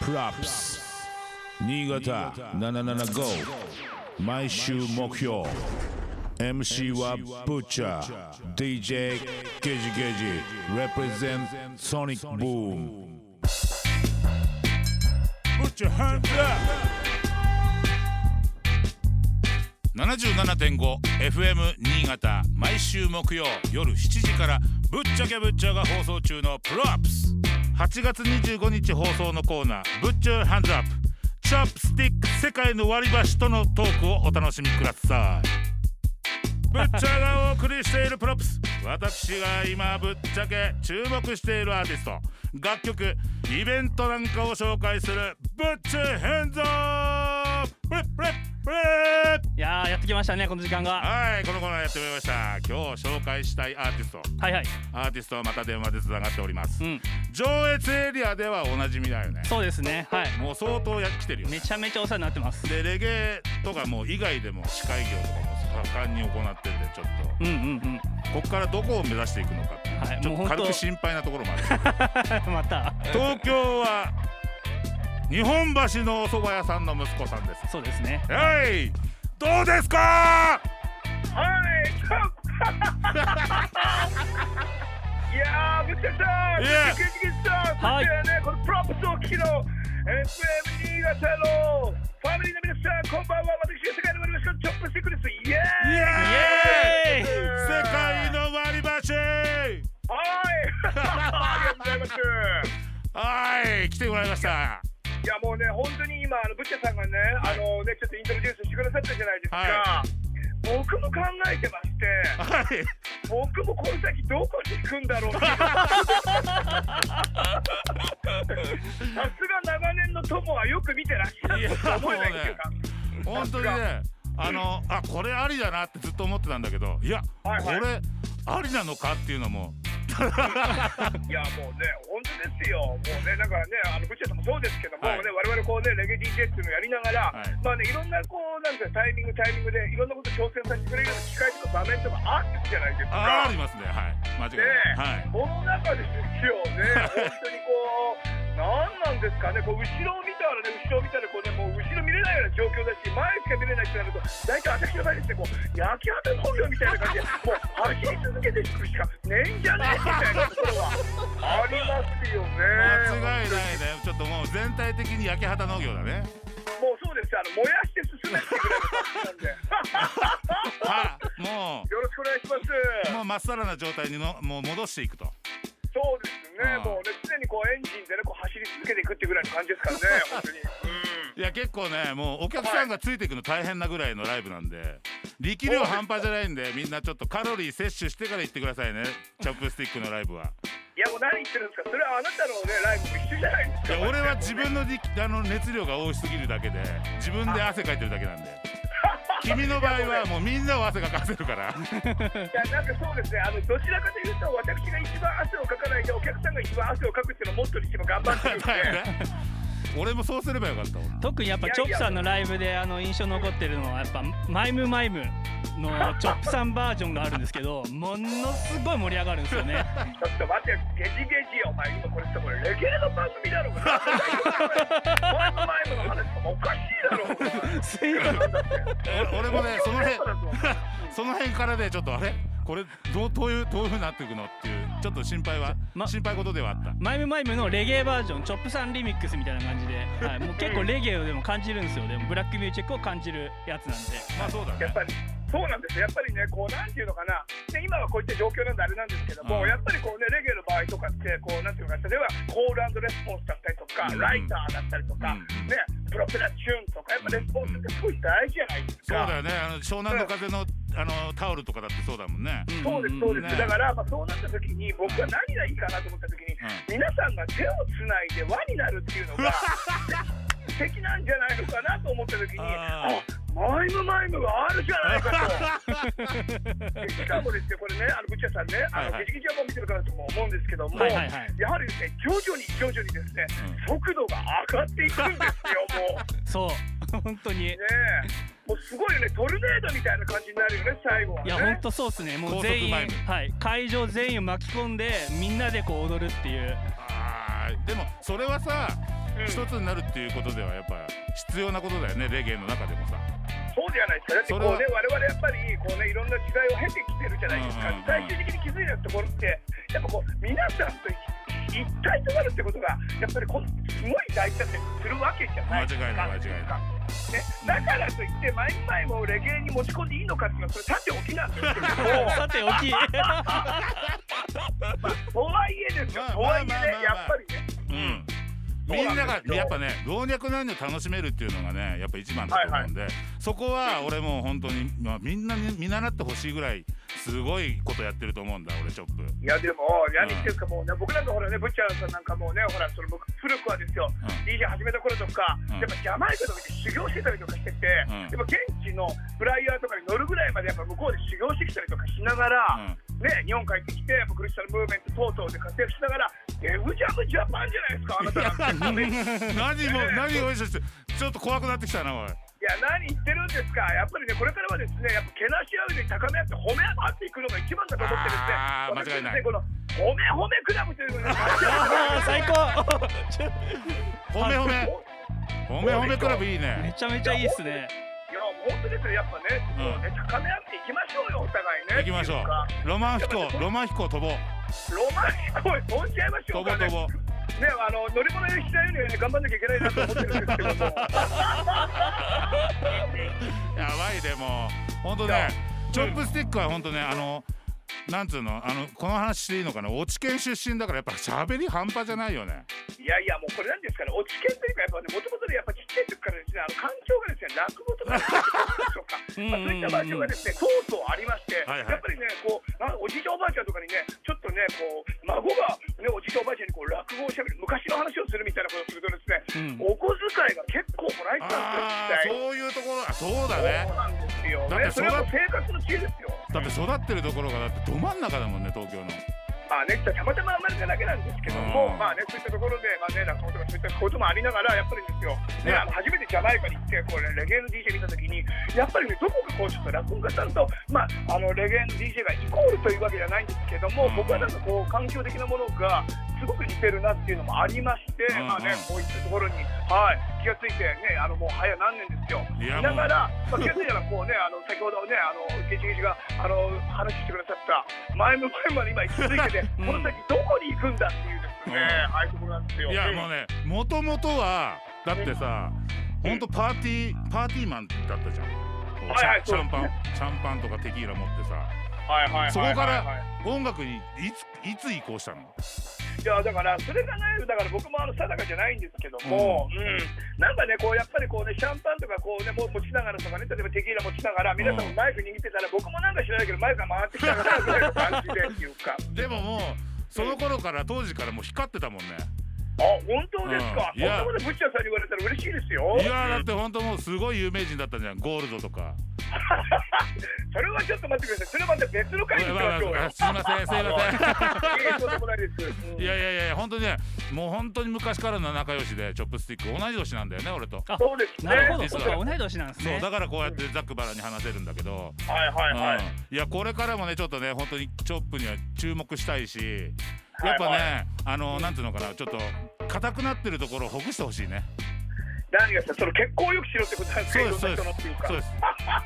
プラップス新潟775毎週目標 MC はブッチャー DJ ゲジゲジ represent ソニックブーム Put your hands up! 77.5FM 新潟毎週木曜夜7時から「ぶっちゃけぶっちゃ」が放送中の「プロアップス」8月25日放送のコーナー「ぶっちゃハンズアップ」「チョップスティック世界の割り箸」とのトークをお楽しみくださいぶっちゃがお送りしているプロップス私が今ぶっちゃけ注目しているアーティスト楽曲イベントなんかを紹介する「ぶっちゃハンズアップ」プレップレップレッいやーやってきましたねこの時間がはい、このコーナーやってみました。今日紹介したいアーティスト、はいはいアーティストはまた電話でつながっております。うん上越エリアではおなじみだよね。そうですねはいもう相当やってきてるよねめ。ちゃめちゃお世話になってますで、レゲエとかも以外でも司会業とかも盛んに行ってて、ちょっうんうんうんとここからどこを目指していくのかっていう、はいちょもうっと本当軽く心配なところもある。 また東京は日本橋のお蕎麦屋さんの息子さんです。そうですねはい、どうですか？はい、ちょっといやー、ぶっちゃったいやぶっちゃけぶっちゃけはいそしてね、このプロップスを聞きの FM 新潟のファミリーの皆さん、こんばんは。私が世界の森のチョップスティックです。イエイーイエーイイエーイ世界の割り箸はいありがとうございます。はい来てもらいましたいやもうね、本当に今、あのぶっちゃさんがね、あのね、ちょっとイントロデュースしてくださったじゃないですか。は僕も考えてまして、はい 僕もこの先どこに行くんだろうってさすが長年の友はよく見てらっしゃると思えないっていうか本当にねあのあこれありだなってずっと思ってたんだけどいやこはいはいれありなのかっていうのもいやもうね本当ですよもうねだからねあのブチャさんもそうですけども、はいね我々こうねレゲエ DJ っていうのをやりながら、はいまあねいろんなこうなんていうのタイミングタイミングでいろんなこと挑戦させてくれるような機会とか場面とかあったじゃないですかあありますねはい間違いねえ、ないはいこの中ですよ ね、本当にこう、なんなんですかね、こう後ろを見たらね、後ろを見たらこう、ね、もう後ろ見れないような状況だし、前しか見れないってなると、大体私の場合ですね、こう焼き畑農業みたいな感じで、もう走り続けていくしかねえんじゃねえみたいなところはありますよね。間違いないねちょっともう全体的に焼け畑農業だねもうそうですよあの燃やして進めってぐらいの感じなんで。はも よろしくお願いします。うもうまっさらな状態にのもう戻していくとそうですね、うんもうね、常にこうエンジンでね、こう走り続けていくってぐらいの感じですからね、本当に。うんいや結構ねもうお客さんがついていくの大変なぐらいのライブなんで力量半端じゃないんでみんなちょっとカロリー摂取してから行ってくださいねチョップスティックのライブは。いや、もう何言ってるんですか、それはあなたのね、ライブも一緒じゃないですいかや。俺は自分の力あの熱量が多すぎるだけで自分で汗かいてるだけなんで君の場合はもうみんなを汗かかせる からいや、なんかそうですね、あの、どちらかというと、私が一番汗をかかないで、お客さんが一番汗をかくっていうのをモットーにしても頑張ってるんで。だよね俺もそうすればよかった俺特にやっぱチョップさんのライブであの印象残ってるのはやっぱマイムマイムのチョップさんバージョンがあるんですけどものすごい盛り上がるんですよ ねちょっと待ってよ、ゲジゲジよ、お前、今これさ、これ、レゲエの番組だろうが。前の前の話とかおかしいだろうが。すいません俺俺もねその 辺東京の人だぞその辺からねちょっとあれこれどうどういうどういうふうになっていくのっていうちょっと心配は、ま心配事ではあったマイムマイムのレゲエバージョンチョップさんリミックスみたいな感じで、はい、もう結構レゲエをでも感じるんですよでもブラックミュージックを感じるやつなんでまあそうだやっねぱりそうなんですよやっぱりねこうなんていうのかなで今はこういった状況なんであれなんですけども、うんやっぱりこうねレゲエの場合とかってこうなんていうのかな例えばコールレスポンスだったりとか、うんライターだったりとか、うんねプロペラチューンとかやっぱレスポンスってすごい大事じゃないですそうか。だよねあの湘南の風のあのタオルとかだってそうだもんねんそうですそうです、ねだから、まあ、そうなった時に僕は何がいいかなと思った時に、皆さんが手をつないで輪になるっていうのが素敵なんじゃないのかなと思った時にああマイムマイムがあるじゃないかとでしかもですねこれねあのブチャさんねあのはいはいギリギリはもう見てるからとも思うんですけども、はいはいはいやはりですね徐々に徐々にですね、速度が上がっていくんですよもそう。う 本当にいねえもうすごいよねトルネードみたいな感じになるよね最後はね。や本当そうっすねもう全員、高速マイはい、会場 全員を巻き込んでみんなでこう踊るっていうあーでもそれはさうん一つになるっていうことではやっぱ必要なことだよねレゲエの中でもさそうじゃないですか、だってこうね、我々やっぱりこう、ね、いろんな時代を経てきてるじゃないですか、うんうんうん最終的に気づいたところって、やっぱこう皆さんと一一体となるってことが、やっぱりこうすごい大事だったりするわけじゃないですか。間違いない間違いないね、だからといって、毎回もうレゲエに持ち込んでいいのかっていうのは、それ、さておきなんですけど さておき も、とはいえですよまあ、とはいえまあまあまあね、やっぱりね、うんそうみんななんがですよやっぱね老若男女楽しめるっていうのがねやっぱ一番だと思うんで、そこは俺もう本当に、まあ、みんなに見習ってほしいぐらいすごいことやってると思うんだ俺チョップいやでも、何言ってるかもうね、僕なんかほらね、ブッチャーさんなんかもうね、ほら、その僕、古くはですよ、ん DJ 始めた頃とか、うんやっぱジャマイカとかで修行してたりとかしてて、うんやっぱ現地のフライヤーとかに乗るぐらいまで、やっぱ向こうで修行してきたりとかしながら、ね、日本帰ってきて、やっぱクリスチャンムーブメント等々で活躍しながら、デブジャムジャパンじゃないですか、あなたなんて。何も何を一緒してちょっと怖くなってきたなおいいや、何言ってるんですか、やっぱりね、これからはですね、やっぱけなし合うより高め合って褒め合っていくのが一番だと思ってですね、あー間違いない私ですねこの褒め褒めクラブという のが、あー最高 褒め褒め褒め褒めクラブいいめねちゃめちゃいいっすねいや、本当ですよ、やっぱね、うんもうね高め合っていきましょうよ、お互いね。行きましょっていうかうロマン飛行ロマン飛行飛ぼうロマン飛行へ飛んじゃいまし飛ょうぼかう飛ぼね。うね、あの乗り物酔いしないようにね、頑張んなきゃいけないなと思ってるんですけども。やばいでも本当ねチョップスティックは本当ねあのなんつうのあのこの話していいのかな落ち県出身だからやっぱ喋り半端じゃないよねいやいや、もうこれなんですかね、落ち券というか、やっぱね、もともとね、やっぱちっちゃい時からですね、あの環境がですね、落語とか、うそうんまあ、そういった場所がですね、とうとうありまして、はいはいやっぱりね、こう、あおじいちゃんおばあちゃんとかにね、ちょっとね、こう、孫が、ね、おじいちゃんおばあちゃんにこう落語をしゃべる、昔の話をするみたいなことをするとですうんね、お小遣いが結構もらえてたああ んですそうよ、いうところあそうだね実際。そうなんですよ、だっね、てそらだって育ってそれはもう生活の知恵ですよ。るところがだってど真ん中だもんね東京のまあね、たまたま生まれただけなんですけども、うんまあね、そういったところで、まあね、落語とかそういったこともありながら、やっぱりですよ、ねね、あの初めてジャマイカに行って、これ、レゲエの DJ 見たときに、やっぱりね、どこかこう、ちょっと落語家さんと、まあ、あのレゲエの DJ がイコールというわけじゃないんですけども、うん僕はなんかこう、環境的なものが、すごく似てるなっていうのもありまして、うんまあね、こういったところに、はい、気がついてね、あのもう早何年ですよ。いやだもかうら、まあ、気がついたらこうね、あの先ほどね、あのゲジゲジがあの話してくださった前の前まで今気づいて て、うんこの先どこに行くんだっていうですね、うああいうところなんですよ。いやもうねもともとはだってさほんとパーティーパーティーマンだったじゃんはいはいシャンパそうンでシャンパンとかテキーラ持ってさはいはいはいはいはいそこから音楽にいついつ移行したのいやだからそれがないだから僕もあの定かじゃないんですけども、うんなんかねこうやっぱりこうねシャンパンとかこうねもう持ちながらとかね例えばテキーラ持ちながら皆さんもマイク握ってたら、僕もなんか知らないけどマイクが回ってきたからぐらいの感じでっていうかでももうその頃から当時からもう光ってたもんねあ本当ですか、うんいや本当までブッチャーさんに言われたら嬉しいですよいやーだってほんともうすごい有名人だったじゃんゴールドとか それはちょっと待ってく ださい。それはまた別の回にしましょうよ。あすいませんすいませんいえ、そうでもないです。うんいやいやいやいや本当にねもう本当に昔からの仲良しでチョップスティック同じ年なんだよね俺と、あそうですね。なるほど実そはっか同い年なんですそうねだからこうやってザックバラに話せるんだけど、はいはいはい。うん、いやこれからもねちょっとね本当にチョップには注目したいしやっぱね、はいあのなんていうのかなちょっと硬くなってるところをほぐしてほしいね何がさ、その結婚をよくしろってことなんですそうか。ですそうでいろすんな人のっていうか。そうです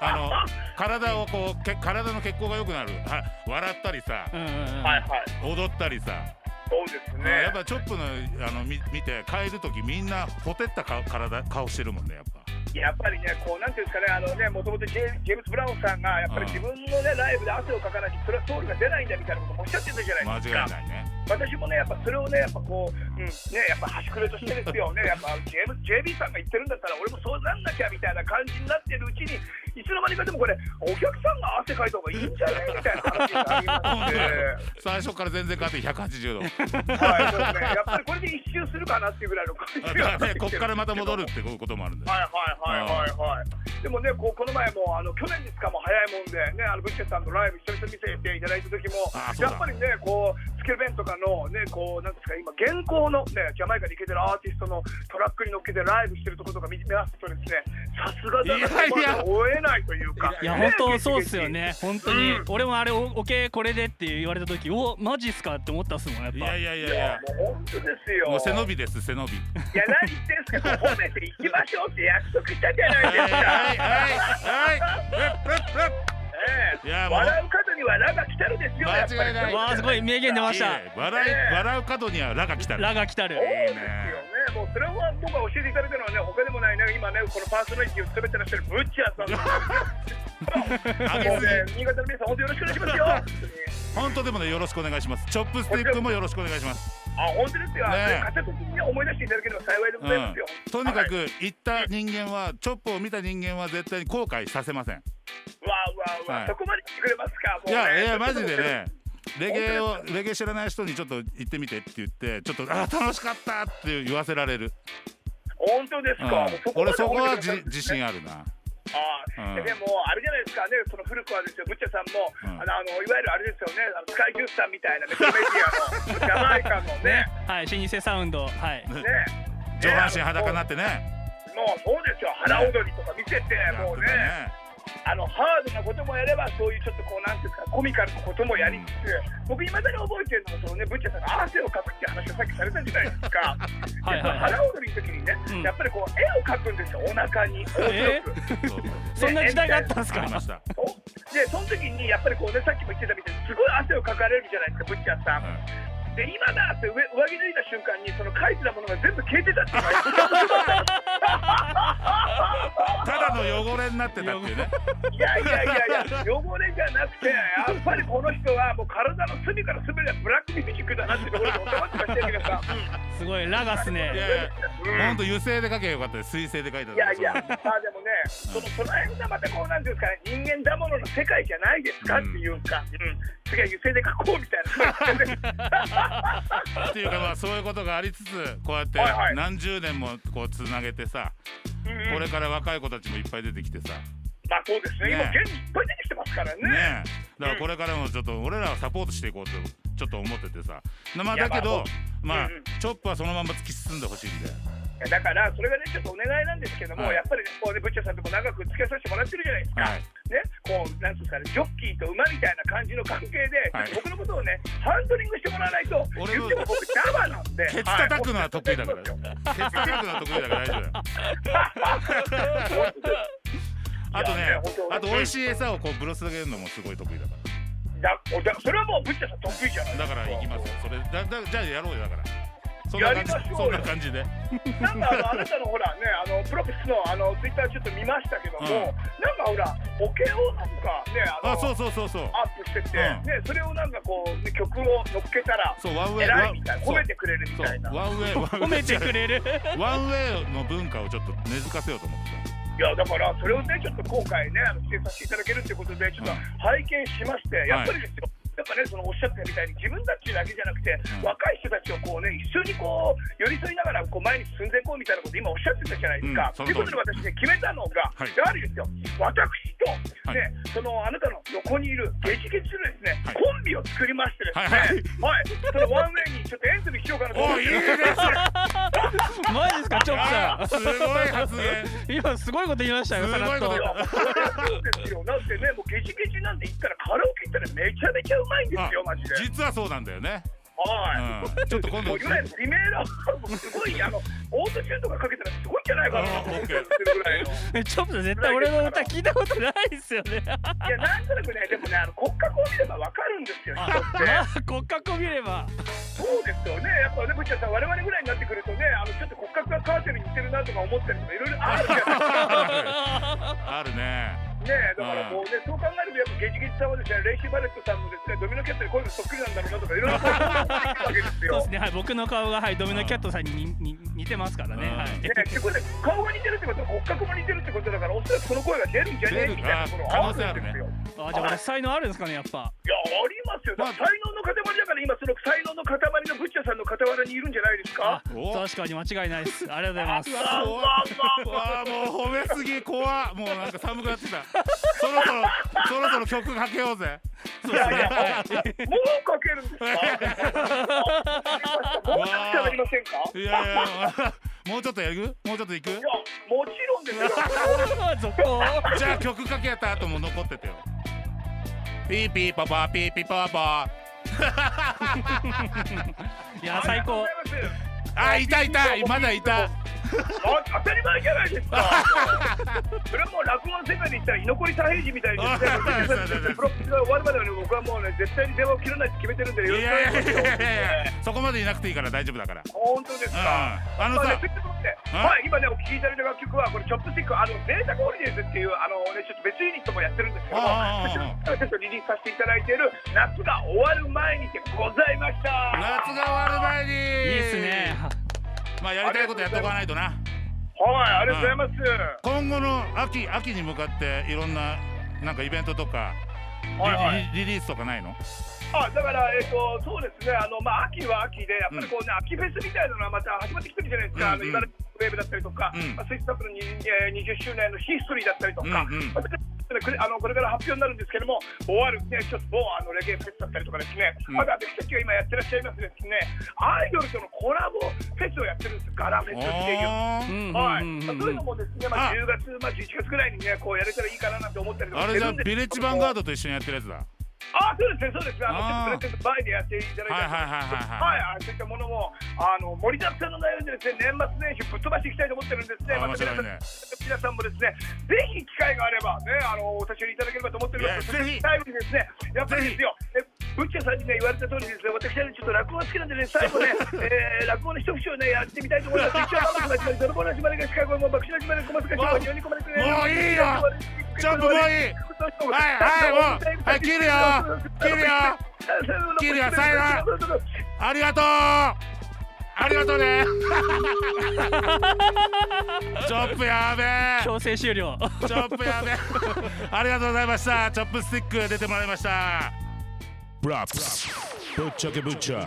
あの体をこうけ体の血行が良くなるは笑ったりさうんうんうんはいはい。踊ったりさ、そうですね。やっぱチョップのあのみ見て帰る時みんなほてった顔体顔してるもんねやっぱ。やっぱりね、こうなんていうんですかね、あのね、もともとジェジェームス・ブラウンさんが、やっぱり自分のね、ライブで汗をかかないし、それはソウルが出ないんだみたいなこともおっしゃってたじゃな間い違でいすか。ないね。私もね、やっぱそれをね、やっぱこう、うん、ね、やっぱ端くれとしてですよ ね、やっぱ JM JB さんが言ってるんだったら、俺もそうなんなきゃみたいな感じになってるうちに、いつの間にかでもこれ、お客さんが汗かいた方がいいんじゃねみたいな話になり 最初から全然変わって180度。 まして、はい、そうね、やっぱりこれで一周するかなっていうぐらいの感じだになからっねてき こてるんですけどっからまた戻るってこともあるんだよ。はいはいはいはいはい。でもね、こうこの前もあの去年ですかもう早いもんでね、あのブッチェさんのライブ一緒に見せていただいた時もあ、そうだやっぱりね、こうスケベンとかのねこうなんですか今現行のねジャマイカに行けてるアーティストのトラックに乗っけてライブしてるところとか見見ますとですねさすがだなといやいや追えないというかいやね本当そうっす よね本当に、うん俺もあれおオケこれでって言われた時おマジっすかって思ったっすもんやっぱいやいやいいやいややもう本当ですよもう背伸びです背伸びいや何言ってんすかこう褒めていきましょうって約束したじゃはいはいはいはいない ですかえいやえもう笑う角にはラが来たるですよやっぱり間違いないわあすごい名言出まはいしいたね笑い笑う角にはラが来たラが来たるそうですよね、もうそれは僕が教えていただいたのはね、他でもないね、今ね、このパーソナリティを務めてらっしゃるブッチャーさ上げすぎんもうね、新潟の皆さん、本当よろしくお願い しますよ。本当に本当でもねよろしくお願いしますチョップスティックもよろしくお願いしますあ、本当ですよ。ねえあそういう形に思い出していただければ幸いでうございまんすよ。とにかくはい行った人間はチョップを見た人間は絶対に後悔させませんわあわあわはあ、いそこまで来てくれますか。もういねやいやマジでね。レゲエ本をレゲエ知らない人にちょっと行ってみてって言ってちょっとあー楽しかったって言わせられる、本当ですうか。ん、俺そこはじ自自信あるなああ、うんでもあれじゃないですかね、その古くはですよ、ブッチャさんも、うんあのあのいわゆるあれですよね、あのスカイジュースさんみたいなメディアのジャマイカの ね、はい老舗サウンドはいね、上半身ね裸になってねもうそうですよ、腹踊りとか見てて、やもっうてねたねあのハードなこともやれば、そういうちょっとこう、なんていうんですか、コミカルなこともやりつつ、僕、いまだに覚えてるのも、そのね、ブッチャさんが汗をかくっていう話をさっきされたじゃない ですか、はいはいはいでその腹踊りの時にね、うんやっぱりこう、絵を描くんですよ、お腹に、 え面白く。そうそんな時代があったんすあかりましたおでその時にやっぱりこうねさっきも言ってたみたいにすごい汗をかかれるじゃないですかブッチャーさん、で今だって上上着脱いだ瞬間にその書いてたものが全部消えてたっていうのがただの汚れになってたっていうね。いやいやいやいや汚れじゃなくてやっぱりこの人はもう体の隅から隅がブラックミュージックだなっていうところで収まってましたよ皆さんすごいラがっすいねやいや、う本ん当油性で書けばよかったです。水性で書いたんいやいや、まあでもね、そのその辺がまたこうなんていうんですかね、人間だものの世界じゃないですかっていうか、うん、次は油性で書こうみたいな。っていうかまあそういうことがありつつ、こうやってはいはい何十年もこうつなげてさ、うんこれから若い子たちもいっぱい出てきてさ、まあそうですね、ね今現にいっぱい出てきてますからね。ねえ。だからこれからもちょっと俺らをサポートしていこうとちょっと思っててさ。まあだけいやど、まあうんうんチョップはそのまま突き進んでほしいんで。だからそれがねちょっとお願いなんですけども、はいやっぱりねこうねブッチャーさんとも長く付き合いさせてもらってるじゃないですか、はいねこうなんていうんですかねジョッキーと馬みたいな感じの関係で、はい僕のことをねハンドリングしてもらわないと俺言っもても僕ジャバなんでケツ叩くのは得意だから。はいケツ叩くのは得意だから大丈夫だよ。 あとねいや本、当あと美味しい餌をこうブロス上げるのもすごい得意だから。だおだそれはもうブッチャーさん得意じゃないだから行きますよ。それだだじゃあやろうよだから。そんな感じやりましょうよそんな感じで。なんかあのあなたのほらねあのプロプスのあのツイッターちょっと見ましたけども、うんなんかほらボケをなんかねあのあそうそうそうそう。アップしてて、うんねそれをなんかこう、ね、曲を乗っけたらそうワンウェイ偉ワンいみたいそなう褒めてくれるそうみたいな。ワンウェイワンウェイ ワンウェイ褒めてくれるの文化をちょっと根付かせようと思っていやだからそれをねちょっと今回ねあの出演させていただけるということでちょっとうん拝見しまして、やっぱりですよやっぱねそのおっしゃったみたいに自分たちだけじゃなくて、うん若い人たちをこうね一緒にこう寄り添いながらこう前に進んでいこうみたいなこと今おっしゃってたじゃないですか。うんということで私ね決めたのが、はいやはりですよ私と、はいねそのあなたの横にいるゲジゲジするですね、はいコンビを作りましてですね、はい、そのワンウェイにちょっとエントリーしようかなと思っおていいるですね。マジっすかチョップあーすさごい発言。ん 今すごいこと言いましたよすさごいらっことといや それはそうですよ。だってね、もうゲジゲジなんで言ったらカラオケ行ったらめちゃめちゃうまいんですよ、マジで。あ実はそうなんだよね。はうん。ちょっと今い。も度うい。わゆるリメーラーすごいあのオートチューンとかかけたらすごいんじゃないかなと思ってるぐらいの。えチョップさん絶対俺の歌聞いたことないっすよねいやなんとなくね、でもね、あの骨格を見ればわかるんですよ。人ってまあ 骨格を見ればそうですよね。やっぱね、ぶっちゃんさん我々ぐらいになってくるとね、あのちょっと骨格がカーテルに似てるなとか思ったりとかいろいろあるじゃないですか。 あるね。ねえだからこうね、そう考えるとやっぱゲジゲジさんはですね、レイシー・バレットさんのですね、ドミノキャットにこういうのそっくりなんだろうなとかいろいろ考えてるわけ そですうよです。ねはい僕の顔がはいドミノキャットさんににに似てますからねうんはいね結構ね、顔が似てるってことは骨格も似てるってことだから、おそらくその声が出るんじゃねえみたいなところがあるんですよ。あじゃあ俺才能あるんですかねやっぱいや、ありますよ。だから才能の塊だから、今その才能の塊のブッチャーさんの傍らにいるんじゃないですかあ。お確かに間違いない ですありがとうございますわあもう褒めすぎ怖っもうなんか寒くなってきた。そろそろそろそろ曲かけようぜそうですねはいもうかけるんですか。わかりましたもうちょっと喋りませんか。いやいやもうちょっとやるもうちょっといくいや、もちろんですよ。続行じゃあ曲かけやった後も残っててよピーピーパパピーピーパパいや最高ありがとうございますあいたいたまだいたあ当たり前じゃないです か。それはもう落語の世界に行ったら居残り三平次みたいに、ね、プロップスが終わるまでに僕はもうね絶対に電話を切らないって決めてるんでいよやろいしくお願いやいしやいやますよ。そこまでいなくていいから大丈夫だから 本当ですか。うんあのさまねということでうんはい、今ねお聴きいただいた楽曲はこれチョップスティックあのデータホリデーズっていうあのねちょっと別ユニットもやってるんですけどもああああああそちらからちょっとリリースさせていただいている夏が終わる前にでございました。夏が終わる前にいいいっすねまあやりたいことやっとかないとなはい、ありがとうございます。今後の秋秋に向かっていろんななんかイベントとかはいはいリリリリースとかないのあだから、えっとそうですねあの、まあ、秋は秋で、やっぱりこう、ね秋フェスみたいなのはまた始まってきてるじゃないですか、うんうんあの茨城ウェーブだったりとか、うんまあ、スイスタッフのに、えー20周年のヒストリーだったりとか、うんうんまあこれあのこれから発表になるんですけども、終わる、ね、ちょっと某あのレゲエフェスだったりとかですね、うんまだ私たちが今やってらっしゃいますですね、アイドルとのコラボフェスをやってるんです、ガラフェスっていう。あうんーうんはい、うんまあ、そういうのもですね、まああ、10月、まあ、11月ぐらいにね、こうやれたらいいかななんて思ったりとかあしてれじゃるあんですビレッジヴァンガードと一緒にやってるやつだあそうですね、そうですね、ああーのちょっとプレゼント前でやっていただいたはいはいはいはいはいはい、あそういったものも、あの盛りだくさんの内容でですね、年末年始ぶっ飛ばしていきたいと思ってるんですね。あーまた皆さん、面皆さんもですね、ぜひ機会があればね、あのお立ち寄りいただければと思っておりまいす。やぜひ最後にですね、やっぱりですよ。えブッチャさんにね言われた通りですね、私はねちょっと落語が好きな んでね、最後ね、えー、落語の一節をねやってみたいと思います。一応まずまず泥棒の島根が司会も爆笑の島根小松が島根四人小松がもういいよちょっともういい はいはいもうはい切るよ切るよ切るよさよなありがとうありがとう ねチョップやべえ強制終了チョップやべえありがとうございましたチョップスティック出てもらいましたブラックスぶっちゃけぶっちゃ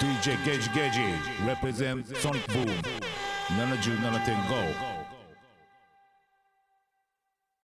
DJ ゲージゲージ represent Sonic Boom 77.5